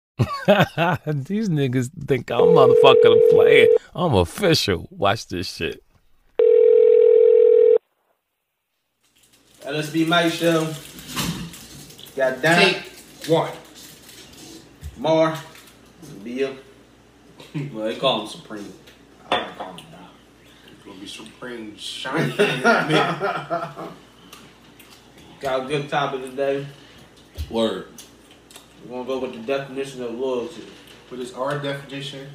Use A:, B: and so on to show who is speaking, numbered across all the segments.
A: These niggas think I'm motherfucking playing. I'm official. Watch this shit.
B: LSB Mike Show. Got down.
C: Take one.
B: Mar. Bill. well, they call him Supreme. I don't call him Doc.
C: It's gonna be supreme shiny. man.
B: Got a good topic today.
D: Word.
B: We're gonna go with the definition of loyalty.
C: What is our definition?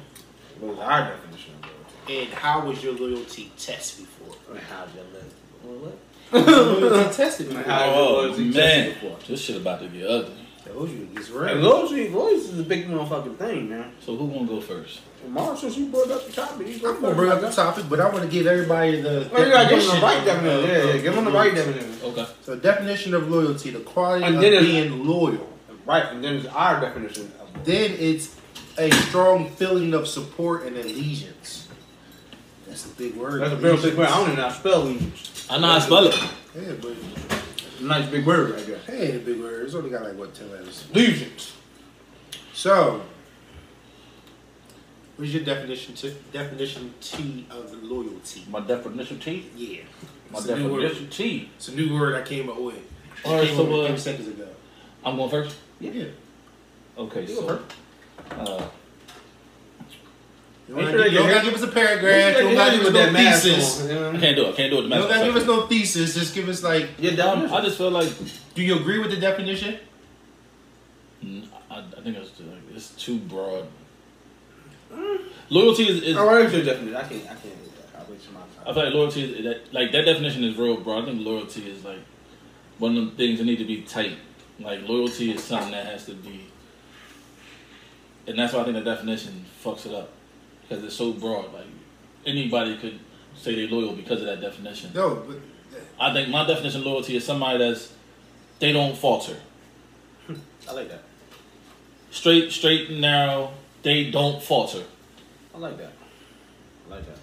B: What is our definition of loyalty?
C: And how was your loyalty test before?
B: And how's your loyalty? What?
C: loyalty tested before.
B: How
D: Oh,
B: was it
D: man,
B: tested before?
D: this shit about to get ugly.
C: Told you, it's
B: And
C: real.
B: loyalty, loyalty is a big motherfucking thing, man.
D: So who gonna go first?
B: Mar, since you brought up the topic, you go
C: I'm gonna bring up the topic, but I want to give everybody the.
B: Oh, you gotta give him the
C: definition
B: right definition.
C: of-
B: Yeah, yeah,
C: of-
B: give him the right definition.
D: Okay.
C: So definition of loyalty: the quality
B: And
C: of
B: then it-
C: being loyal.
B: Right, and then it's our definition of loyalty.
C: Then it's a strong feeling of support and allegiance. That's a big word.
B: That's a real big word. I
C: allegiance.
B: don't even know how to spell allegiance.
D: I know how to spell it.
C: Yeah, but
B: Nice big word right there.
C: hey, a big word. It's only got like what ten letters.
B: Allegiance.
C: So, what's your definition to definition T of loyalty?
D: My definition T.
C: Yeah,
D: My
C: It's a new word.
D: definition T.
C: It's a new word I came up with. It
D: All right,
C: came
D: so,
C: up with
D: uh,
C: a few seconds ago.
D: I'm going first.
C: Yeah, you
D: Okay,
C: You go
D: so. Uh,
C: don't
B: Make
C: gotta
B: sure
C: give- you don't
B: they
C: gotta
B: get-
C: give us a paragraph. You don't gotta give us no thesis.
D: I
B: on.
D: can't do it. Can't do it. The
C: You don't
D: master
C: gotta give us
D: sucks.
C: no thesis. Just give us like,
B: Your
D: Um, I
B: definition.
D: just feel like
C: do you agree with the definition?
D: mm, I, I think it's, it's too broad. Loyalty is, is
B: All right, your definition. I can't. I can't. do that. I'll wait till my
D: I
B: time.
D: feel like loyalty is that, like that definition is real broad. I think loyalty is like one of the things that need to be tight. Like loyalty is something that has to be, and that's why I think the definition fucks it up because it's so broad. Like anybody could say they loyal because of that definition.
C: No, but
D: I think my definition of loyalty is somebody that's they don't falter,
B: I like that.
D: straight, straight and narrow. They don't falter.
B: I like that. I like that.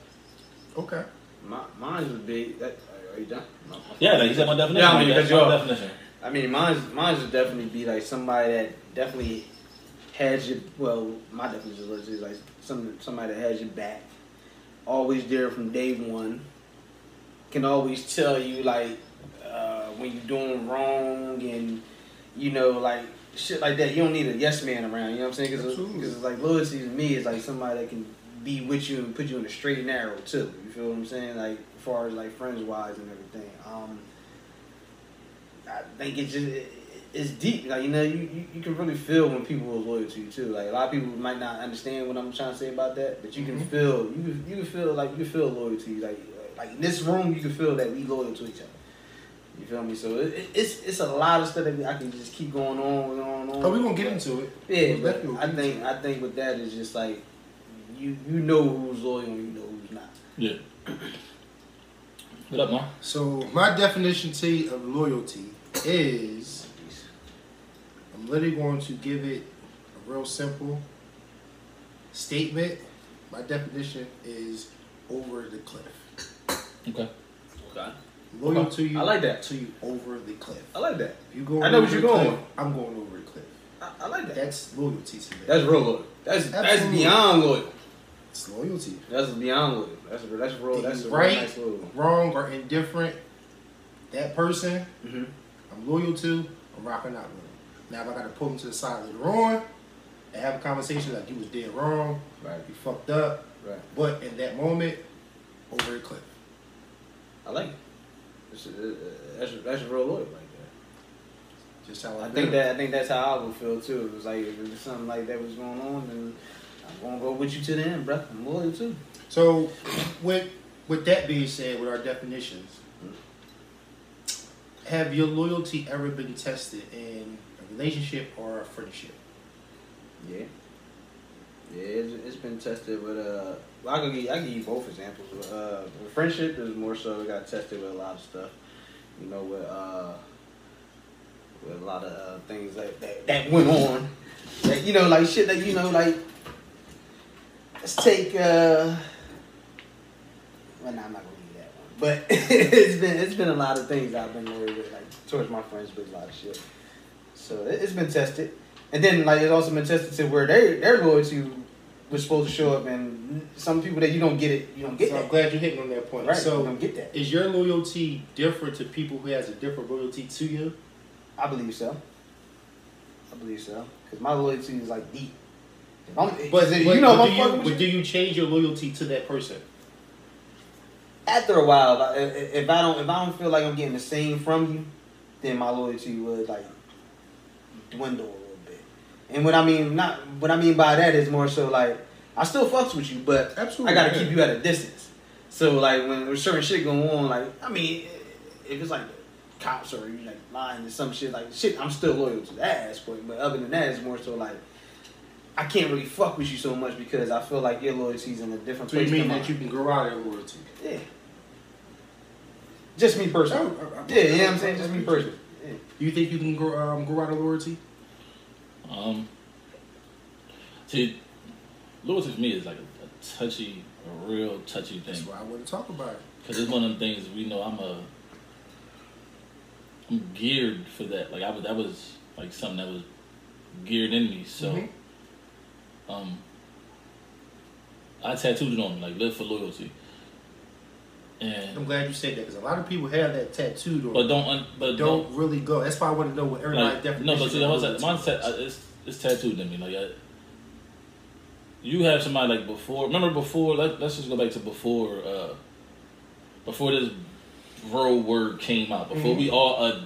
C: uh, okay.
B: My, mine would be that. Are you done? No.
D: Yeah, like he said, my definition.
B: Yeah, I mean,
D: that's
B: because
D: my
B: you're-
D: definition.
B: I mean, mine's mine's would definitely be like somebody that definitely has your well. My definition of is like some somebody that has your back, always there from day one. Can always tell you like uh, when you're doing wrong and you know like shit like that. You don't need a yes man around. You know what I'm saying? Because
C: Absolutely.
B: it's like loyalty to me is like somebody that can be with you and put you in a straight and narrow too. You feel what I'm saying? Like as far as like friends wise and everything. Um, I think it's just it, it's deep. Like you know, you, you, you can really feel when people are loyal to you too. Like a lot of people might not understand what I'm trying to say about that, but you
C: Mm-hmm.
B: can feel you can- you can feel like you can feel loyalty. Like like in this room, you can feel that we loyal to each other. You feel me? So it, it, it's it's a lot of stuff that we- I can just keep going on and on and on.
C: Oh, we gonna get into it.
B: Yeah,
C: Most
B: but
C: definitely we'll
B: I
C: get
B: think I think with that it's just like you you know who's loyal and you know who's not.
D: Yeah. What up, man?
C: So my definition T of loyalty is I'm literally going to give it a real simple statement. My definition is over the cliff.
D: Okay.
B: Okay.
C: Loyal
D: Okay.
C: to you.
B: I like that.
C: To you over the cliff.
B: I like that.
C: If you going
B: I know
C: over
B: what you're
C: the
B: going.
C: cliff, I'm going over the cliff.
B: I, I like that.
C: That's loyalty to me.
B: That's real loyal. That's that's
C: Absolutely.
B: beyond loyal.
C: it's loyalty.
B: That's beyond loyal. That's that's real. That's a real
C: Right.
B: nice little one.
C: Wrong or indifferent, that person
B: Mhm.
C: I'm loyal to, I'm rocking out with them. Now if I gotta pull them to the side later on and have a conversation like you was dead wrong,
B: Right.
C: you fucked up,
B: Right.
C: but in that moment, over the cliff.
B: I like it. That's that's, that's real loyal right there.
C: Just how I,
B: I think
C: feel.
B: that I think that's how I would feel too. It was like if it was something like that was going on, then I'm gonna go with you to the end, bro. I'm loyal too.
C: So with with that being said, with our definitions, have your loyalty ever been tested in a relationship or a friendship?
B: Yeah. Yeah, it's, it's been tested with uh. Well, I can give I can give you both examples. Uh, with friendship is more so it got tested with a lot of stuff. You know, with uh, with a lot of uh, things that, that that went on. That, you know, like shit that you know, like let's take uh. Well, nah, I'm not gonna do that one. But it's been it's been a lot of things I've been worried with, like towards my friends, but a lot of shit. So it, it's been tested. And then like it's also been tested to where their their loyalty was supposed to show up, and some people that you don't get it, you don't get
C: So I'm
B: that.
C: glad you're hitting on that point.
B: Right, you
C: So
B: don't get that.
C: is your loyalty different to people who has a different loyalty to you?
B: I believe so. I believe so because my loyalty is like deep. If I'm,
C: But,
B: if
C: but-
B: you know, if
C: but
B: I'm
C: do,
B: fucking
C: you,
B: with
C: but do you change your loyalty to that person?
B: after a while, like, i- i- if I don't if I don't feel like I'm getting the same from you, then my loyalty would like dwindle a little bit. And what I mean not what I mean by that is more so like I still fucks with you, but
C: Absolutely,
B: I gotta
C: yeah.
B: keep you at a distance. So like when there's certain shit going on, like I mean, i- if it's like the cops or you like lying or some shit like shit, I'm still loyal to that aspect. But other than that, it's more so like. I can't really fuck with you so much because I feel like your loyalty's in a different
C: So
B: place.
C: you mean
B: than
C: that
B: mine.
C: you can grow out of your loyalty?
B: Yeah. Just me personally. Oh,
C: Oh.
B: Yeah, you know what I'm saying? Just me personally. Yeah.
C: You think you can grow um, grow out of loyalty?
D: Um, see, loyalty for me is like a, a touchy, a real touchy thing.
C: That's why I want to talk about it.
D: Cause it's one of them things we know I'm a, I'm geared for that. Like I was, that was like something that was geared in me. So,
C: Mhm.
D: um, I tattooed it on me, like live for loyalty.
C: I'm
D: And
C: glad you said that because a lot of people have that tattooed on.
D: but don't un, but
C: don't,
D: don't
C: really go. That's why I want to know what everybody's
D: like,
C: definition.
D: no, but see, the
C: of
D: whole ta-
C: loyalty
D: mine
C: is.
D: ta- uh, it's, it's tattooed in me. Like, I, you have somebody like before. Remember before? Let, let's just go back to before. Uh, before this real word came out. Before
C: Mm-hmm.
D: we all, uh,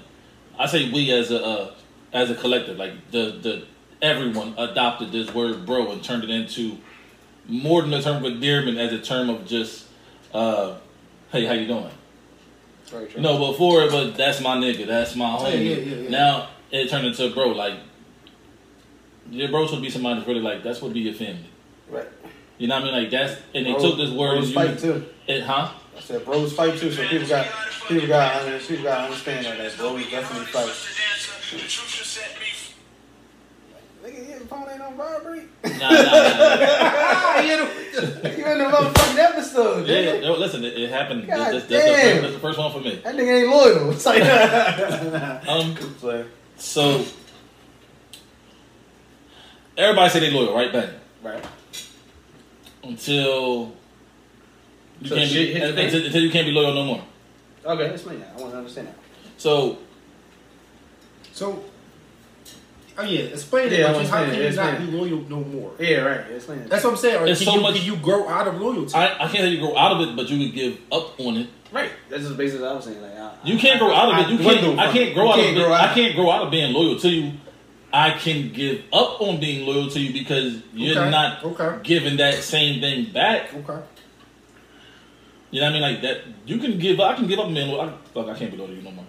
D: I say we as a uh, as a collective, like the the everyone adopted this word bro and turned it into more than a term of endearment as a term of just, uh, hey, how you doing? No, before it was that's my nigga, that's my
B: Oh,
C: Yeah,
D: homie.
C: yeah, yeah, yeah.
D: Now it turned into bro. Like your bro should be somebody that's really like that's what be your family.
B: Right.
D: You know what I mean? Like that's and they
B: Bro-
D: took this word
B: bros
D: and
B: fight
D: you
B: too.
D: it, huh?
B: I said bros fight too, so people got people got under- people got to understand that that bros definitely fight. Nigga, your phone ain't on vibrate.
D: Nah, nah, nah. nah.
C: Ah,
B: you in the motherfucking episode,
D: Yeah,
B: nigga.
D: no, listen, it, it happened.
B: God
D: That's- that's, that's the
B: damn.
D: first, that's the first one for me.
B: That nigga ain't loyal. It's like
D: Um,
B: Good play.
D: so everybody say they loyal, right? Bang.
B: Right.
D: Until you
B: So
D: can't
B: shit
D: be
B: hit the fan.
D: until, until you can't be loyal no more.
B: Okay, explain that. I want to understand that.
D: So
C: So, oh yeah, explain
B: Yeah, I
C: it. Like, how
B: understand
C: can
B: it,
C: you not be
B: explain
C: loyal no more?
B: Yeah, right. Explain that.
C: That's what I'm saying. Or can,
D: There's so
C: you,
D: much-
C: can you grow out of loyalty?
D: I, I can't say you grow out of it, but you can give up on it.
B: Right. That's just basically what I was saying. Like, I,
D: You can't grow out of it. You can't.
B: dwindled
D: I
B: from
D: can't
B: it.
D: grow
B: You
D: out of
B: can't
D: it.
B: grow out
D: I can't grow out of being loyal to you. I can give up on being loyal to you because you're
C: Okay,
D: not
C: okay.
D: giving that same thing back.
C: okay.
D: You know what I mean? Like that. You can give. up. I can give up on being loyal. I, fuck, I can't be loyal to you no more.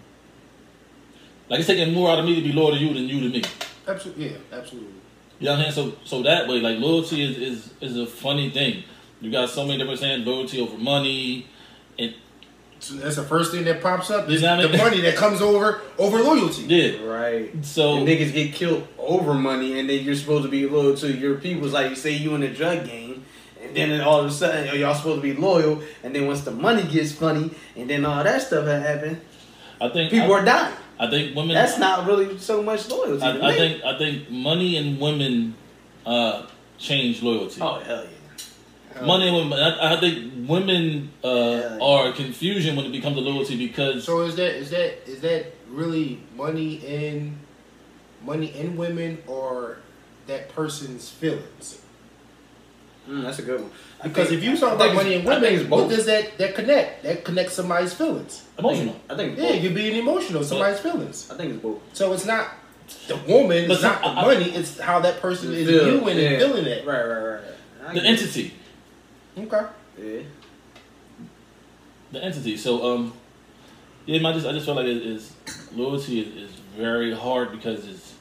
D: Like it's taking more out of me to be loyal to you than you to me.
C: Absolutely. Yeah. Absolutely.
D: You know what I'm saying? So so that way, like loyalty is is, is a funny thing. You got so many different saying loyalty over money, and
C: So that's the first thing that pops up is
D: You know what I
C: the
D: mean?
C: money that comes over over loyalty.
D: yeah.
B: Right.
D: So
B: And niggas get killed over money, and then you're supposed to be loyal to your peoples. Like you say, you in the drug game, and then all of a sudden, y'all supposed to be loyal. And then once the money gets funny, and then all that stuff that happened,
D: I think
B: people
D: I,
B: are dying.
D: I think women.
B: That's not really so much loyalty. to
D: I, I
B: me.
D: think I think money and women uh, change loyalty.
B: Oh hell yeah. Hell
D: Money and women. I, I think women uh,
B: Yeah.
D: are confusion when it becomes a loyalty because
C: So is that is that is that really money in money in women or that person's feelings?
B: yeah. Mm, that's a good one. I
C: Because
B: think-
C: if you talk
B: I
C: about
B: think
C: money
B: it's-
C: in
B: I think
C: women,
B: it's
C: what
B: both.
C: does that that connect? That connects somebody's feelings.
D: emotional.
B: I think it's
C: Yeah,
B: both.
C: you're being emotional. Somebody's feelings.
B: I think it's both.
C: So it's not the woman.
D: But
C: It's
D: see,
C: not the
D: I- I-
C: money. It's how that person is
B: Yeah,
C: viewing
B: yeah.
C: and feeling it.
B: Right, right, right. right. I
D: The
B: get it.
D: entity,
C: Okay.
B: Yeah.
D: the entity. So um, yeah, I just I just feel like it is loyalty is, is very hard because it's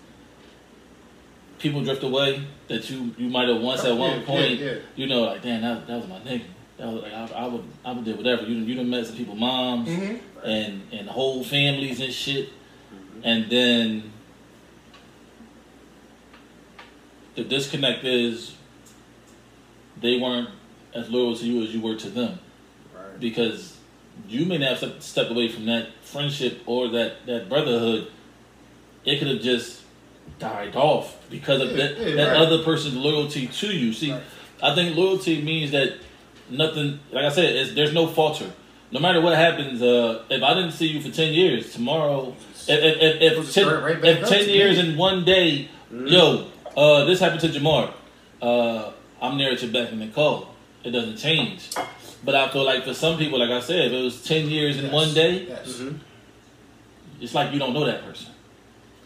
D: people drift away that you you might have
B: Oh,
D: once at one
C: Yeah,
D: point.
C: yeah, yeah.
D: You know, like damn, that, that was my nigga. That was like I, I would I would do whatever. You done- you done met some people moms.
C: Mm-hmm.
D: and and whole families and shit, and then the disconnect is they weren't as loyal to you as you were to them
B: Right.
D: because you may not have step- stepped away from that friendship or that that brotherhood. It could have just died off because of that,
C: yeah,
D: that
C: right.
D: other person's loyalty to you. See,
C: Right.
D: I think loyalty means that nothing. Like I said, it's, there's no falter. No matter what happens, uh, if I didn't see you for ten years, tomorrow, if if, if,
C: We'll
D: if
C: just
D: ten,
C: start right back
D: if
C: up
D: ten
C: to
D: years
C: me. Mm-hmm.
D: in one day, yo, uh, this happened to Jamar. Uh, I'm there at your beck and the call. It doesn't change. But I feel like for some people, like I said, if it was ten years in
C: Yes.
D: one day,
C: Yes.
B: Mm-hmm.
D: it's like you don't know that person.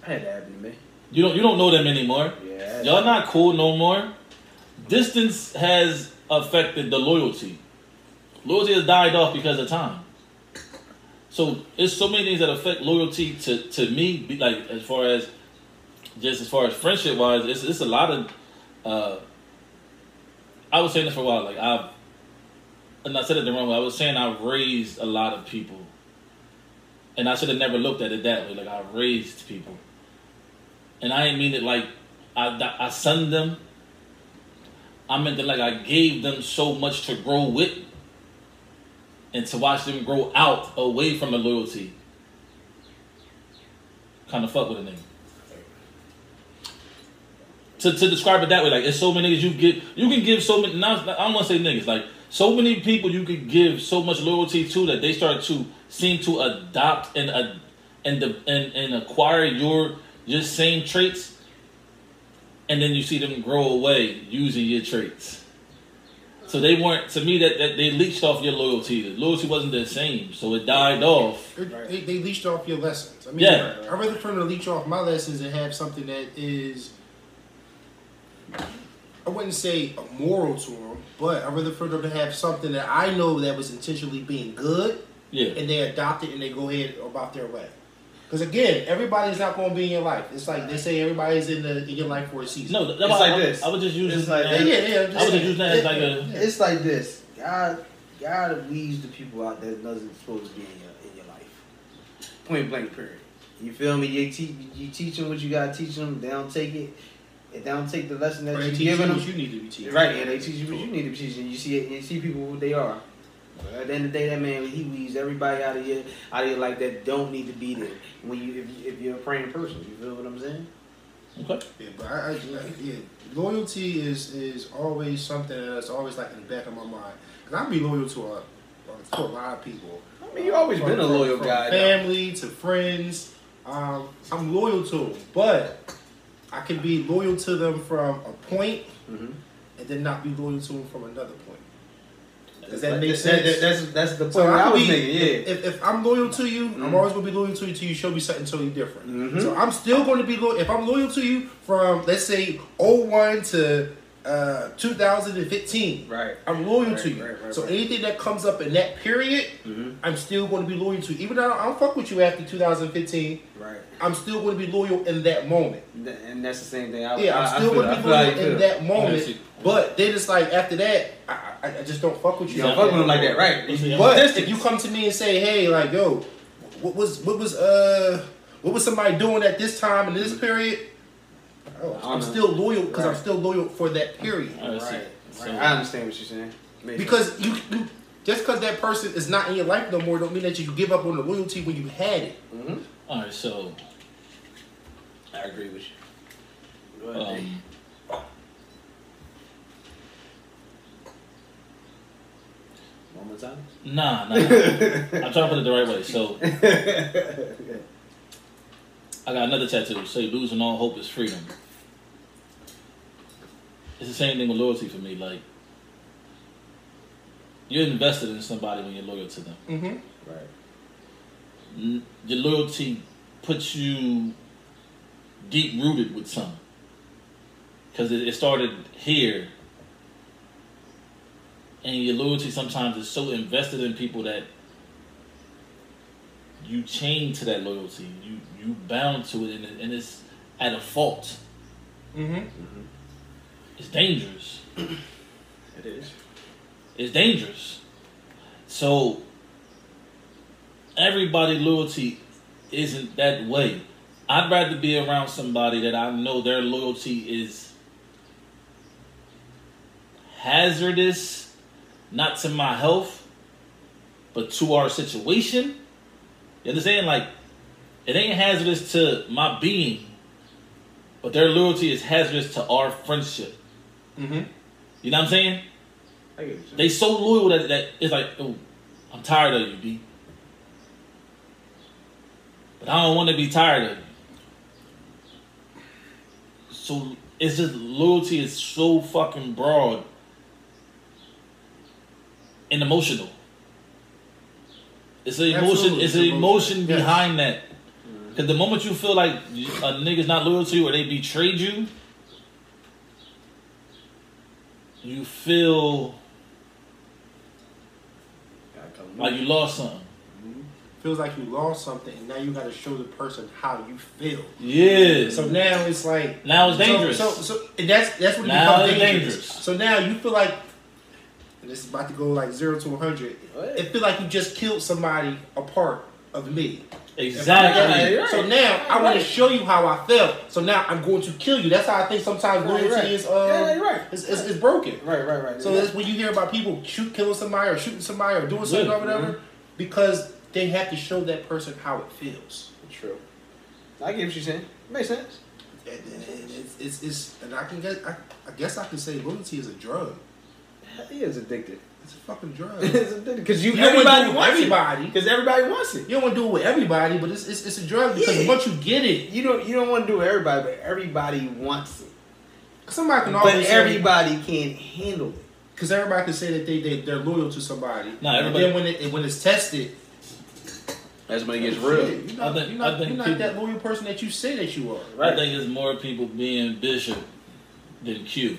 B: I had that happen to me.
D: You don't you don't know them anymore.
B: Yeah.
D: Y'all not cool no more. Distance has affected the loyalty. Loyalty has died off because of time. So it's so many things that affect loyalty to to me. be- Like as far as just as far as friendship wise, it's it's a lot of. Uh, I was saying this for a while. Like I've, and I said it the wrong way. I was saying I raised a lot of people, and I should have never looked at it that way. Like I raised people, and I didn't mean it like I that I send them. I meant that like I gave them so much to grow with, and to watch them grow out away from the loyalty. Kind of fuck with a nigga. To, to describe it that way, like it's so many niggas you get, you can give so many. Not, I don't want to say niggas, like so many people you could give so much loyalty to that they start to seem to adopt and uh, and the and, and acquire your your same traits and then you see them grow away using your traits. So they weren't to me that, that they leached off your loyalty. The loyalty wasn't the same, so it died off.
B: Mm-hmm.
C: It- They, they leached off your lessons. I mean,
D: Yeah.
C: I'd rather for them to leech off my lessons and have something that is, I wouldn't say immoral to them, but I'd rather for them to have something that I know that was intentionally being good,
D: Yeah,
C: and they adopt it and they go ahead about their way. Because again, everybody's not going to be in your life. It's like they say everybody's in the in your life for a season.
D: no, that,
B: It's
D: that's why
B: like
D: I,
B: this.
D: I was just using.
B: It's like
C: Yeah,
D: that.
C: yeah, yeah. I'm
D: I was
C: just
D: just
C: saying.
D: using that as like a.
B: It's like this. God, God weeds the people out that doesn't supposed to be in your in your life. Point blank. Period. You feel me? You, te- you teach them what you gotta teach them. They don't take it. If they don't take the lesson that
C: Or they
B: you're
C: teach
B: giving
C: you
B: them,
C: what you need to be teaching.
B: Right, and they teach you what you need to be teaching. You see, you see people what they are. At the end of the day, that man he weeds everybody out of here, out of your life that don't need to be there. When you, if, you- if you're a praying person, you feel what I'm saying?
D: Okay.
C: Yeah, but I, I, I- yeah, loyalty is is always something that's always like in the back of my mind. Cause I'm be loyal to a to a lot of people.
B: I mean, you always
C: From-
B: been a
C: from-
B: loyal
C: from
B: guy. though.
C: Family to friends, um, I'm loyal to them, but I can be loyal to them from a point
B: Mhm.
C: and then not be loyal to them from another point. Does that
B: Like,
C: make
B: that-
C: sense?
B: that- that's that's the point
C: So
B: I
C: I
B: was
C: be,
B: making. Yeah.
C: If, if I'm loyal to you, I'm
B: Mhm.
C: always gonna be loyal to you till you show me something totally different.
B: Mhm.
C: So I'm still gonna be loyal. If I'm loyal to you from let's say 01 to uh, 2015,
B: Right.
C: I'm loyal
B: Right,
C: to you.
B: right, right,
C: so
B: right.
C: anything that comes up in that period,
B: Mhm.
C: I'm still gonna be loyal to. you. Even though I don't fuck with you after 2015,
B: Right.
C: I'm still gonna be loyal in that moment.
B: And tha- And that's the same thing. I,
C: Yeah,
B: I,
C: I'm still
B: I feel,
C: gonna be
B: I feel how you
C: loyal in
B: feel.
C: that
D: I
C: moment.
D: see.
C: But then it's like after that, I, I, I just don't fuck with you.
B: You don't
C: like
B: fuck
C: that
B: with them
C: no
B: like
C: more.
B: that, right?
D: Listen,
C: But
B: Distance.
C: if you come to me and say, "Hey, like, yo, what was what was uh what was somebody doing at this time in this period?" Oh,
B: Mm-hmm. I don't
C: I'm
B: know.
C: still loyal because I'm
B: Right.
C: still loyal for that period.
D: I see.
B: Right.
D: So-
B: Right. I understand what you're saying. Makes
C: Because you, you just because that person is not in your life no more, don't mean that you give up on the loyalty when you had it.
B: sense. Mhm.
D: All right. So,
B: I agree with you. Go ahead,
D: um,
B: Dave. One more time.
D: nah, nah. I'm trying to put it the right way. So, I got another tattoo. Say, losing all hope is freedom. It's the same thing with loyalty for me. Like, you're invested in somebody when you're loyal to them.
C: Mm-hmm.
B: Right.
D: N- Your loyalty puts you deep rooted with something. Because it, it started here. And your loyalty sometimes is so invested in people that you chain to that loyalty. You you bound to it, and, it- and it's at a fault.
C: Mm-hmm.
D: It's dangerous.
B: It is.
D: It's dangerous. So everybody loyalty isn't that way. I'd rather be around somebody that I know their loyalty is hazardous, not to my health, but to our situation. You understand? Like it ain't hazardous to my being, but their loyalty is hazardous to our friendship.
C: Mm-hmm.
D: You know what I'm saying?
B: I get what
D: They
B: you're saying.
D: so loyal that, that it's like, oh, I'm tired of you, B. But I don't want to be tired of you. So it's just loyalty is so fucking broad and emotional. It's an emotion.
C: Absolutely,
D: It's
C: it's
D: an
C: emotional. Yes.
D: emotion behind that. Because the moment you feel like you- a nigga's not loyal to you or they betrayed you, you feel
B: Gotta come
D: like you lost something.
C: Feels like you lost something, and now you got to show the person how you feel.
D: Yeah.
C: So now it's like
D: Now it's
C: so-
D: dangerous.
C: So, so, and that's that's what it
D: Now
C: becomes
D: it's
C: dangerous.
D: dangerous.
C: So now you feel like and this is about to go like zero to one hundred.
B: What?
C: It feel like you just killed somebody a part of me.
D: exactly.
B: Yeah,
C: So
B: right.
C: now I want
B: Right.
C: to show you how I felt. So now I'm going to kill you. That's how I think sometimes
B: Right,
C: loyalty
B: right.
C: is
B: Yeah,
C: uh
B: yeah, right.
C: is, is, is broken.
B: Right, right, right.
C: So that's when you hear about people shoot killing somebody or shooting somebody or doing something
D: Yeah,
C: or whatever, because they have to show that person how it feels.
B: true. I get what you're saying. Makes sense.
C: And, and it's, it's, it's and I can guess I, I guess I can say loyalty is a drug.
B: He is addicted.
C: It's a fucking drug. you
B: it's addicted because you
C: don't wanna
B: everybody
C: do it with
B: wants it.
C: everybody.
B: Because everybody wants it.
C: You don't want to do it with everybody, but it's it's, it's a drug because
B: Yeah.
C: once you get it,
B: You don't you don't want to do it with everybody, but everybody wants it.
C: somebody can
B: But
C: always say
B: everybody can't handle it.
C: because everybody can say that they, they they're loyal to somebody.
D: Nah,
C: and
D: everybody-
C: then when it when it's tested,
B: That's when it gets
C: shit, You're not,
D: I think-
C: you're
D: I
C: not,
D: think
C: you're not
D: people-
C: that loyal person that you say that you are.
D: I think there's more people being Bishop than Q.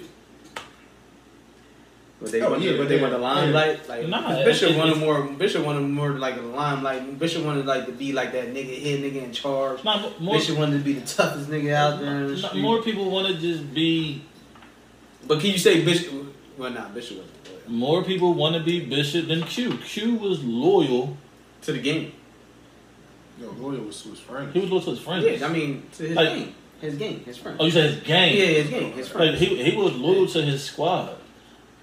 B: But they
C: Oh,
B: want,
C: yeah,
B: but they
C: yeah,
B: want the
C: yeah.
B: limelight. Like
D: Nah,
B: 'cause
D: it-
B: Bishop
D: it-
B: wanted more. Bishop wanted more like the limelight. Bishop wanted like to be like that nigga head nigga in charge.
D: Not more.
B: Bishop wanted to be the toughest nigga out there. in the
D: not-
B: street.
D: more people want to just be.
B: but can you say Bishop? Well, not nah, Bishop wasn't loyal.
D: More people want to be Bishop than Q. Q was loyal.
B: to the game.
C: Yo, loyal was to his friend.
D: He was loyal to his friends.
B: Yeah, I mean to his
D: Like-
B: game, his game, his friend.
D: oh, you said his gang.
B: yeah, his game, his friend.
D: Like, he he was loyal to his squad.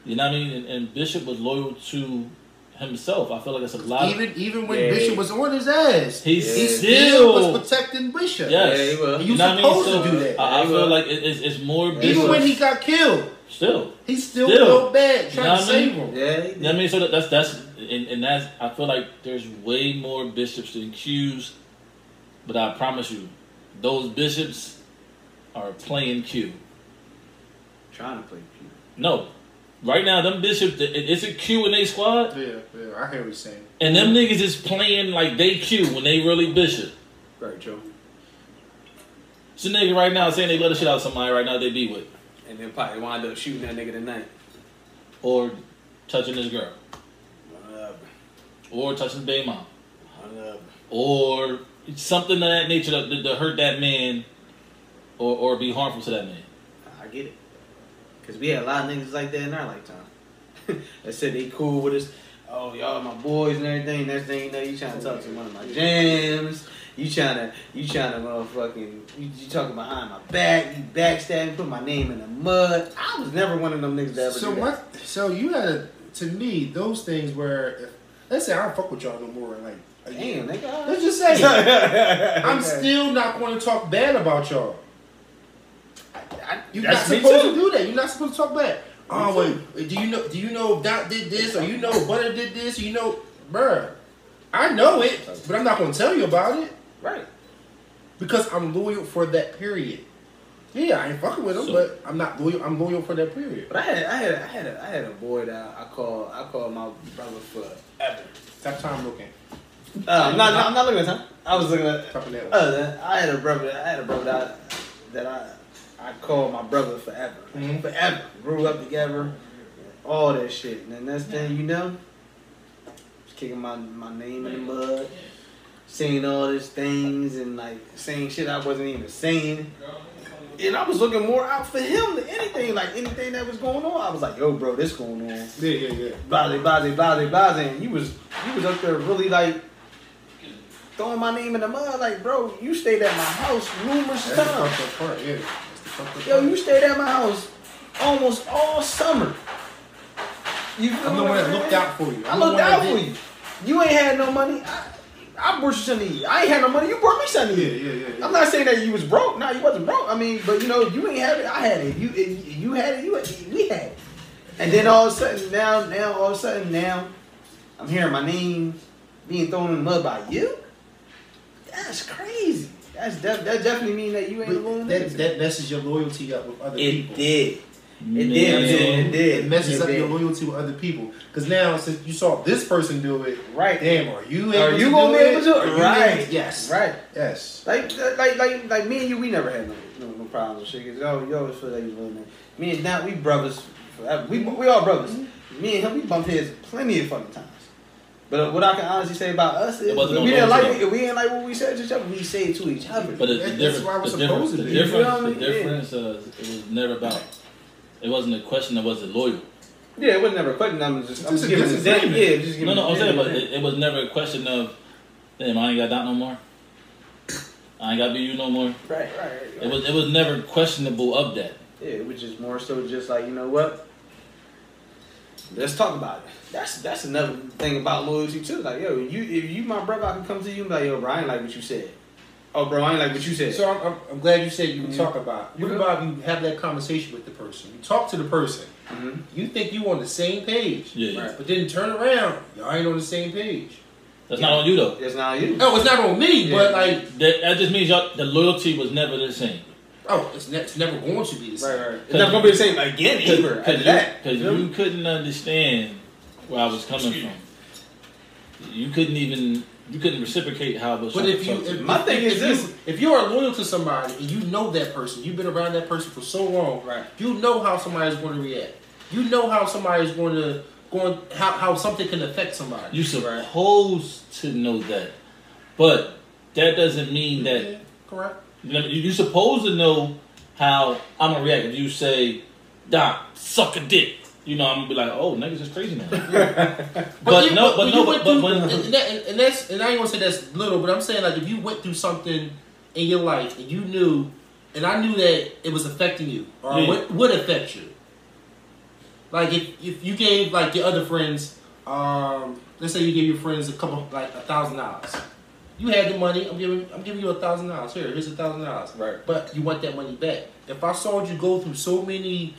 D: You know what I mean? And, and Bishop was loyal to himself. I feel like it's a lot.
C: Even even when
B: Yeah.
C: Bishop was on his ass,
D: he's
B: Yeah.
C: he
D: still.
C: still was protecting Bishop.
D: Yes.
B: Yeah, he was.
C: You
D: know what I mean?
C: supposed to do that.
D: I, I
B: Yeah, he
D: feel
B: was.
D: like it, it's, it's more
B: Even
C: Even
D: Bishop
C: when he got killed,
D: still.
C: he still,
D: Still.
C: felt bad
D: You know
C: trying to
D: what I mean?
C: save him.
B: Yeah, he
D: You know
B: did.
D: what I mean? So that, that's that's and, and that's I feel like there's way more bishops than Qs, but I promise you, those bishops are playing Q.
B: trying to play. Peter.
D: No, right now them bishops it- it's a Q in they squad,
C: Yeah, yeah, I hear what you're saying.
D: and them niggas is playing like they Q when they really bishop.
B: Right, Joe.
D: It's a nigga right now saying they let the shit out of somebody right now they be with
B: And then probably wind up shooting that nigga tonight.
D: or touching this girl
B: Whatever.
D: or touching their mom.
B: Whatever.
D: or something of that nature to, to, to hurt that man or, or be harmful to that man.
B: I get it. Cause we had a lot of niggas like that in our lifetime. that said they cool with us. Oh, y'all my boys and everything. Next thing you know, you trying to talk to one of my jams. You trying to, you trying to motherfucking, you, you talking behind my back. You backstabbing, put my name in the mud. I was never one of them niggas that ever
C: So
B: do that.
C: what? So you had a, to me those things where if, let's say I don't fuck with y'all no more in like a year.
B: Damn, nigga.
C: Let's just say
B: I'm
C: I'm still not going to talk bad about y'all. You're
B: That's
C: not
B: me
C: supposed
B: too.
C: to do that. You're not supposed to talk back.
B: Me
C: Oh wait, do you know? Do you know Dot did this, or you know Butter did this? You know, bruh, I know it, but I'm not going to tell you about it
B: right.
C: because I'm loyal for that period. Yeah, I ain't fucking with him,
D: So-
C: but I'm not loyal. I'm loyal for that period.
B: But I had, I had, I had, a, I had a boy that I call, I call my brother forever.
C: Stop time looking.
B: Uh, I'm not, I'm not looking at time. I was looking at.
C: Stop that one.
B: Other than, I had a brother. I had a brother that I, that I, I called my brother forever,
C: Mhm.
B: forever. Grew up together, all that shit. And then next thing you know, was kicking my my name in the mud, saying all these things and like saying shit I wasn't even saying. And I was looking more out for him than anything. Like anything that was going on, I was like, "Yo, bro, this going on."
C: Yeah, yeah, yeah.
B: Blase, blase, blase, blase. And you was you was up there really like throwing my name in the mud, like, bro, you stayed at my house numerous
C: That's the
B: times.
C: fucked up part. Yeah, that's the fucked up
B: Yo,
C: part.
B: you stayed at my house almost all summer. You feel
C: I'm the
B: what
C: one that
B: I'm
C: looked
B: saying?
C: out for you.
B: I
C: I'm the
B: looked
C: one that
B: out for
C: did-
B: you. You ain't had no money. I, I brought you something to eat. I ain't had no money. You brought me something to
C: Yeah,
B: eat.
C: yeah, yeah. yeah.
B: I'm not saying that you was broke. No, you wasn't broke. I mean, but you know, you ain't have it. I had it. You if you had it. You had it. we had it. And then all of a sudden, now, now, all of a sudden, now, I'm hearing my name being thrown in the mud by you. That's crazy. That's def- that definitely mean that you ain't a
C: But
B: little
C: that,
B: nigga.
C: that messes your loyalty up with other
B: it
C: people.
B: did. It
D: Man.
B: did. It did. It did.
C: It messes
B: It
C: up
B: did.
C: your loyalty with other people. Because now, since you saw this person do it,
B: Right.
C: damn, are you able
B: Are
C: to
B: you
C: do
B: gonna be
C: it?
B: able to?
C: Are you
B: Right.
C: able- Yes.
B: Right.
C: Yes.
B: Like, like, like, like me and you, we never had no, no, no problems and shit. Cause oh, yo, you always feel like you really. Me and now we brothers forever. We we all brothers.
C: Mm-hmm.
B: Me and him, we bumped heads plenty of fucking times. But what I can honestly say about us is
D: It wasn't
B: if
D: no
B: we didn't
D: loyalty,
B: like
D: though.
B: if we didn't like what we said to each other. We say it to each other.
D: But it, the
C: That- that's
D: difference,
C: why we're
D: the
C: supposed
D: difference,
C: to
D: the
C: be.
D: difference,
B: You
D: the
B: know what I mean?
D: difference, uh, it was never about. It wasn't a question. It wasn't loyal.
B: yeah, it was never a question. I'm just, I'm
C: It's
B: just
C: a
B: giving an example.
C: disagreement.
B: Yeah, just giving
D: No, no,
B: an
D: I'm saying, but
B: example.
D: it, it was never a question of, damn, I ain't got that no more. I ain't got to be you no more.
B: right, right, right.
D: It was, it was never questionable of that.
B: Yeah, it was just more so just like, you know what? Let's talk about it. That's that's another thing about loyalty too. Like, yo, you if you my brother, I can come to you and be like, yo, bro, I ain't like what you said. Oh bro, I ain't like what you said.
C: So I'm, I'm, I'm glad you said you
B: Mhm.
C: talk about. Mm-hmm. What
B: Mhm.
C: about you have that conversation with the person? You talk to the person.
B: Mhm.
C: You think you on the same page.
D: Yeah, yeah.
B: Right.
C: But then turn around, y'all ain't on the same page.
D: That's not on you though.
B: That's not you.
C: No, it's not on me,
B: Yeah.
C: but like,
D: That, that just means y'all, the loyalty was never the same.
C: oh, it's, ne- it's never going to be the same.
B: Right, right. It's not gonna be the same again either. After
D: Because you,
B: that.
D: 'cause
B: Remember?
D: you couldn't understand where I was coming from. You couldn't even, you couldn't reciprocate how I was.
C: But
D: trying
C: if
D: to
C: you,
D: talk to
C: if,
B: My thing
C: if
B: is
C: you-
B: this.
C: if you are loyal to somebody and you know that person, you've been around that person for so long,
B: Right.
C: You know how somebody's going to react. You know how somebody's going to going how, how something can affect somebody.
D: You supposed to know that, but that doesn't mean that
C: correct?
D: you know, you- you're supposed to know how I'm gonna react. If you say, "Doc, suck a dick," you know I'm gonna be like, "Oh, niggas is crazy now." but,
C: you-
D: no, but
C: you
D: no,
C: went
D: but, but,
C: through-
D: but
C: and, that, and, and that's and I ain't gonna say that's little, but I'm saying like if you went through something in your life and you knew, and I knew that it was affecting you or
D: Yeah.
C: would, would affect you. Like if if you gave like your other friends, um, let's say you gave your friends a couple like a thousand dollars. You had the money. I'm giving. I'm giving you a thousand dollars. Here, here's a thousand dollars.
B: Right.
C: But you want that money back. If I saw you go through so many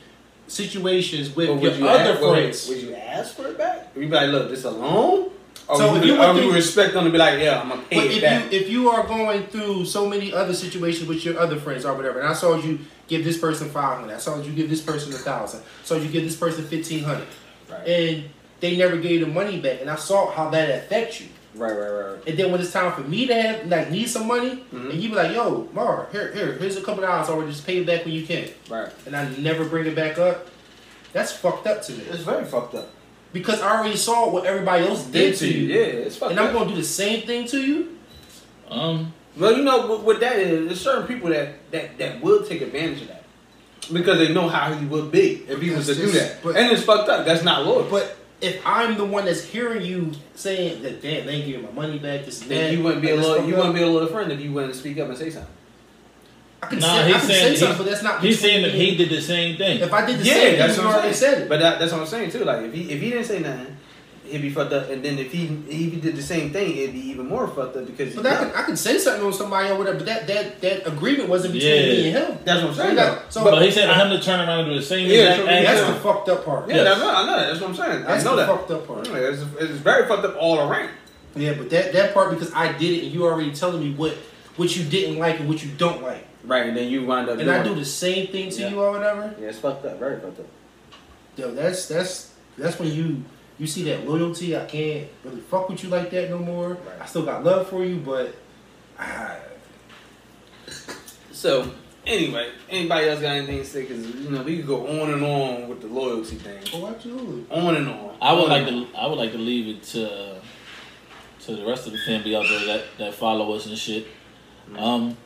C: situations
B: But
C: with
B: would you
C: your other
B: ask, wait, wait,
C: friends,
B: Would, you ask for it back? Would you be like, look, this alone? Or
C: So
B: would
C: if
B: you,
C: you went
B: or would
C: through-
B: you respect them to be like, yeah, I'm gonna pay
C: But
B: it
C: if
B: back.
C: you if you are going through so many other situations with your other friends or whatever, and I saw you give this person five hundred, I saw you give this person a thousand, so you give this person fifteen hundred,
B: Right.
C: and they never gave the money back, and I saw how that affects you.
B: right, right, right, right.
C: And then when it's time for me to have like need some money,
B: Mhm.
C: and you be like, "Yo, Mar, here, here, here's a couple dollars, or just pay it back when you can,"
B: Right.
C: and I never bring it back up. That's fucked up to me
B: It's very fucked up.
C: because I already saw what everybody else did to you,
B: Yeah, it's fucked
C: and
B: up.
C: I'm gonna do the same thing to you.
D: um,
B: Well, you know what, what that is. There's certain people that, that that will take advantage of that because they know how he would be if he was to
C: That's
B: do
C: just-
B: that,
C: but-
B: and it's fucked up. That's not loyal.
C: But if I'm the one that's hearing you saying that, damn, they ain't giving my money back, this and
B: then
C: that,
B: you wouldn't be a
C: like, this
B: loyal. You
C: fucked
B: wouldn't be a loyal friend if you wouldn't speak up and say something.
C: up. I can
D: Nah,
C: say,
D: he's
C: I can
D: saying-
C: say something, but that's not.
D: he's
C: between
D: saying that
C: me
D: he
C: and-
D: did the same thing.
C: If I did the same,
B: that's
C: you
B: what I'm
C: already
B: saying.
C: said it.
B: But that, that's what I'm saying too. Like if he if he didn't say nothing, he'd be fucked up. And then if he if he did the same thing, it'd be even more fucked up because.
C: but
B: he-
C: that I can, I can say something on somebody or whatever. But that that that agreement wasn't between
D: Yeah.
C: me and him.
B: that's what I'm saying.
C: But-
B: though.
C: so-
D: but he said him to turn around and do the same
B: Yeah,
D: exact
B: so
D: action.
C: That's
B: yeah.
C: the fucked up part.
B: yeah,
D: Yes.
B: that's, what- I know. that. That's what I'm saying.
C: That's
B: I know
C: the
B: that.
C: fucked up part.
B: Yeah, It's, it's very fucked up all around.
C: Yeah, but that that part because I did it and you already telling me what what you didn't like and what you don't like,
B: Right, and then you wind up.
C: and I do the same thing to
D: Yeah.
C: you or whatever.
B: Yeah, it's fucked up. Very fucked up.
C: Yo, that's that's that's when you you see that loyalty. I can't really fuck with you like that no more.
B: Right.
C: I still got love for you, but I,
B: So, anyway, anybody else got anything to say? Because you know we could go on and on with the loyalty thing,
C: oh, absolutely.
B: on and on.
D: I would
B: On
D: like
B: and
D: to. I would like to leave it to to the rest of the family out there that, that follow us and shit. Um,
B: on.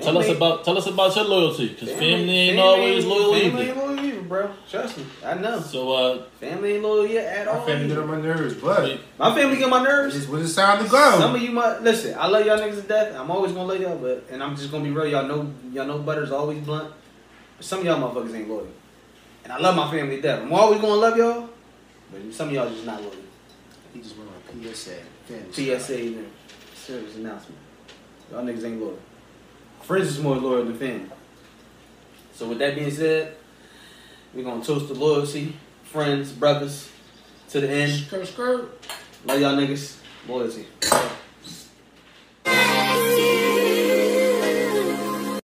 D: tell us
B: Family-
D: about tell us about your loyalty because family, ain't always loyal
B: Family ain't
D: either.
B: loyal either, bro. Trust me, I know.
D: So uh,
B: Family ain't loyal yet at
C: My
B: all.
C: family
B: either.
C: get on my nerves, but
D: we-
B: My family get on my
C: it's
B: nerves.
C: is when it's time to
B: Some
C: go.
B: of you might listen. I love y'all niggas to death. I'm always gonna love y'all, but and I'm just gonna be real. Y'all know, y'all know, butter's always blunt. But some of y'all motherfuckers ain't loyal, and I love my family to death. I'm always gonna love y'all, but some of y'all just not loyal.
C: He just went on PSA. Family.
B: PSA. man. serious announcement. Y'all niggas ain't loyal. Friends is more loyal than family. So with that being said, we're gonna toast the loyalty, friends, brothers, to the end.
C: Skirt, skirt.
B: Love y'all niggas. Loyalty.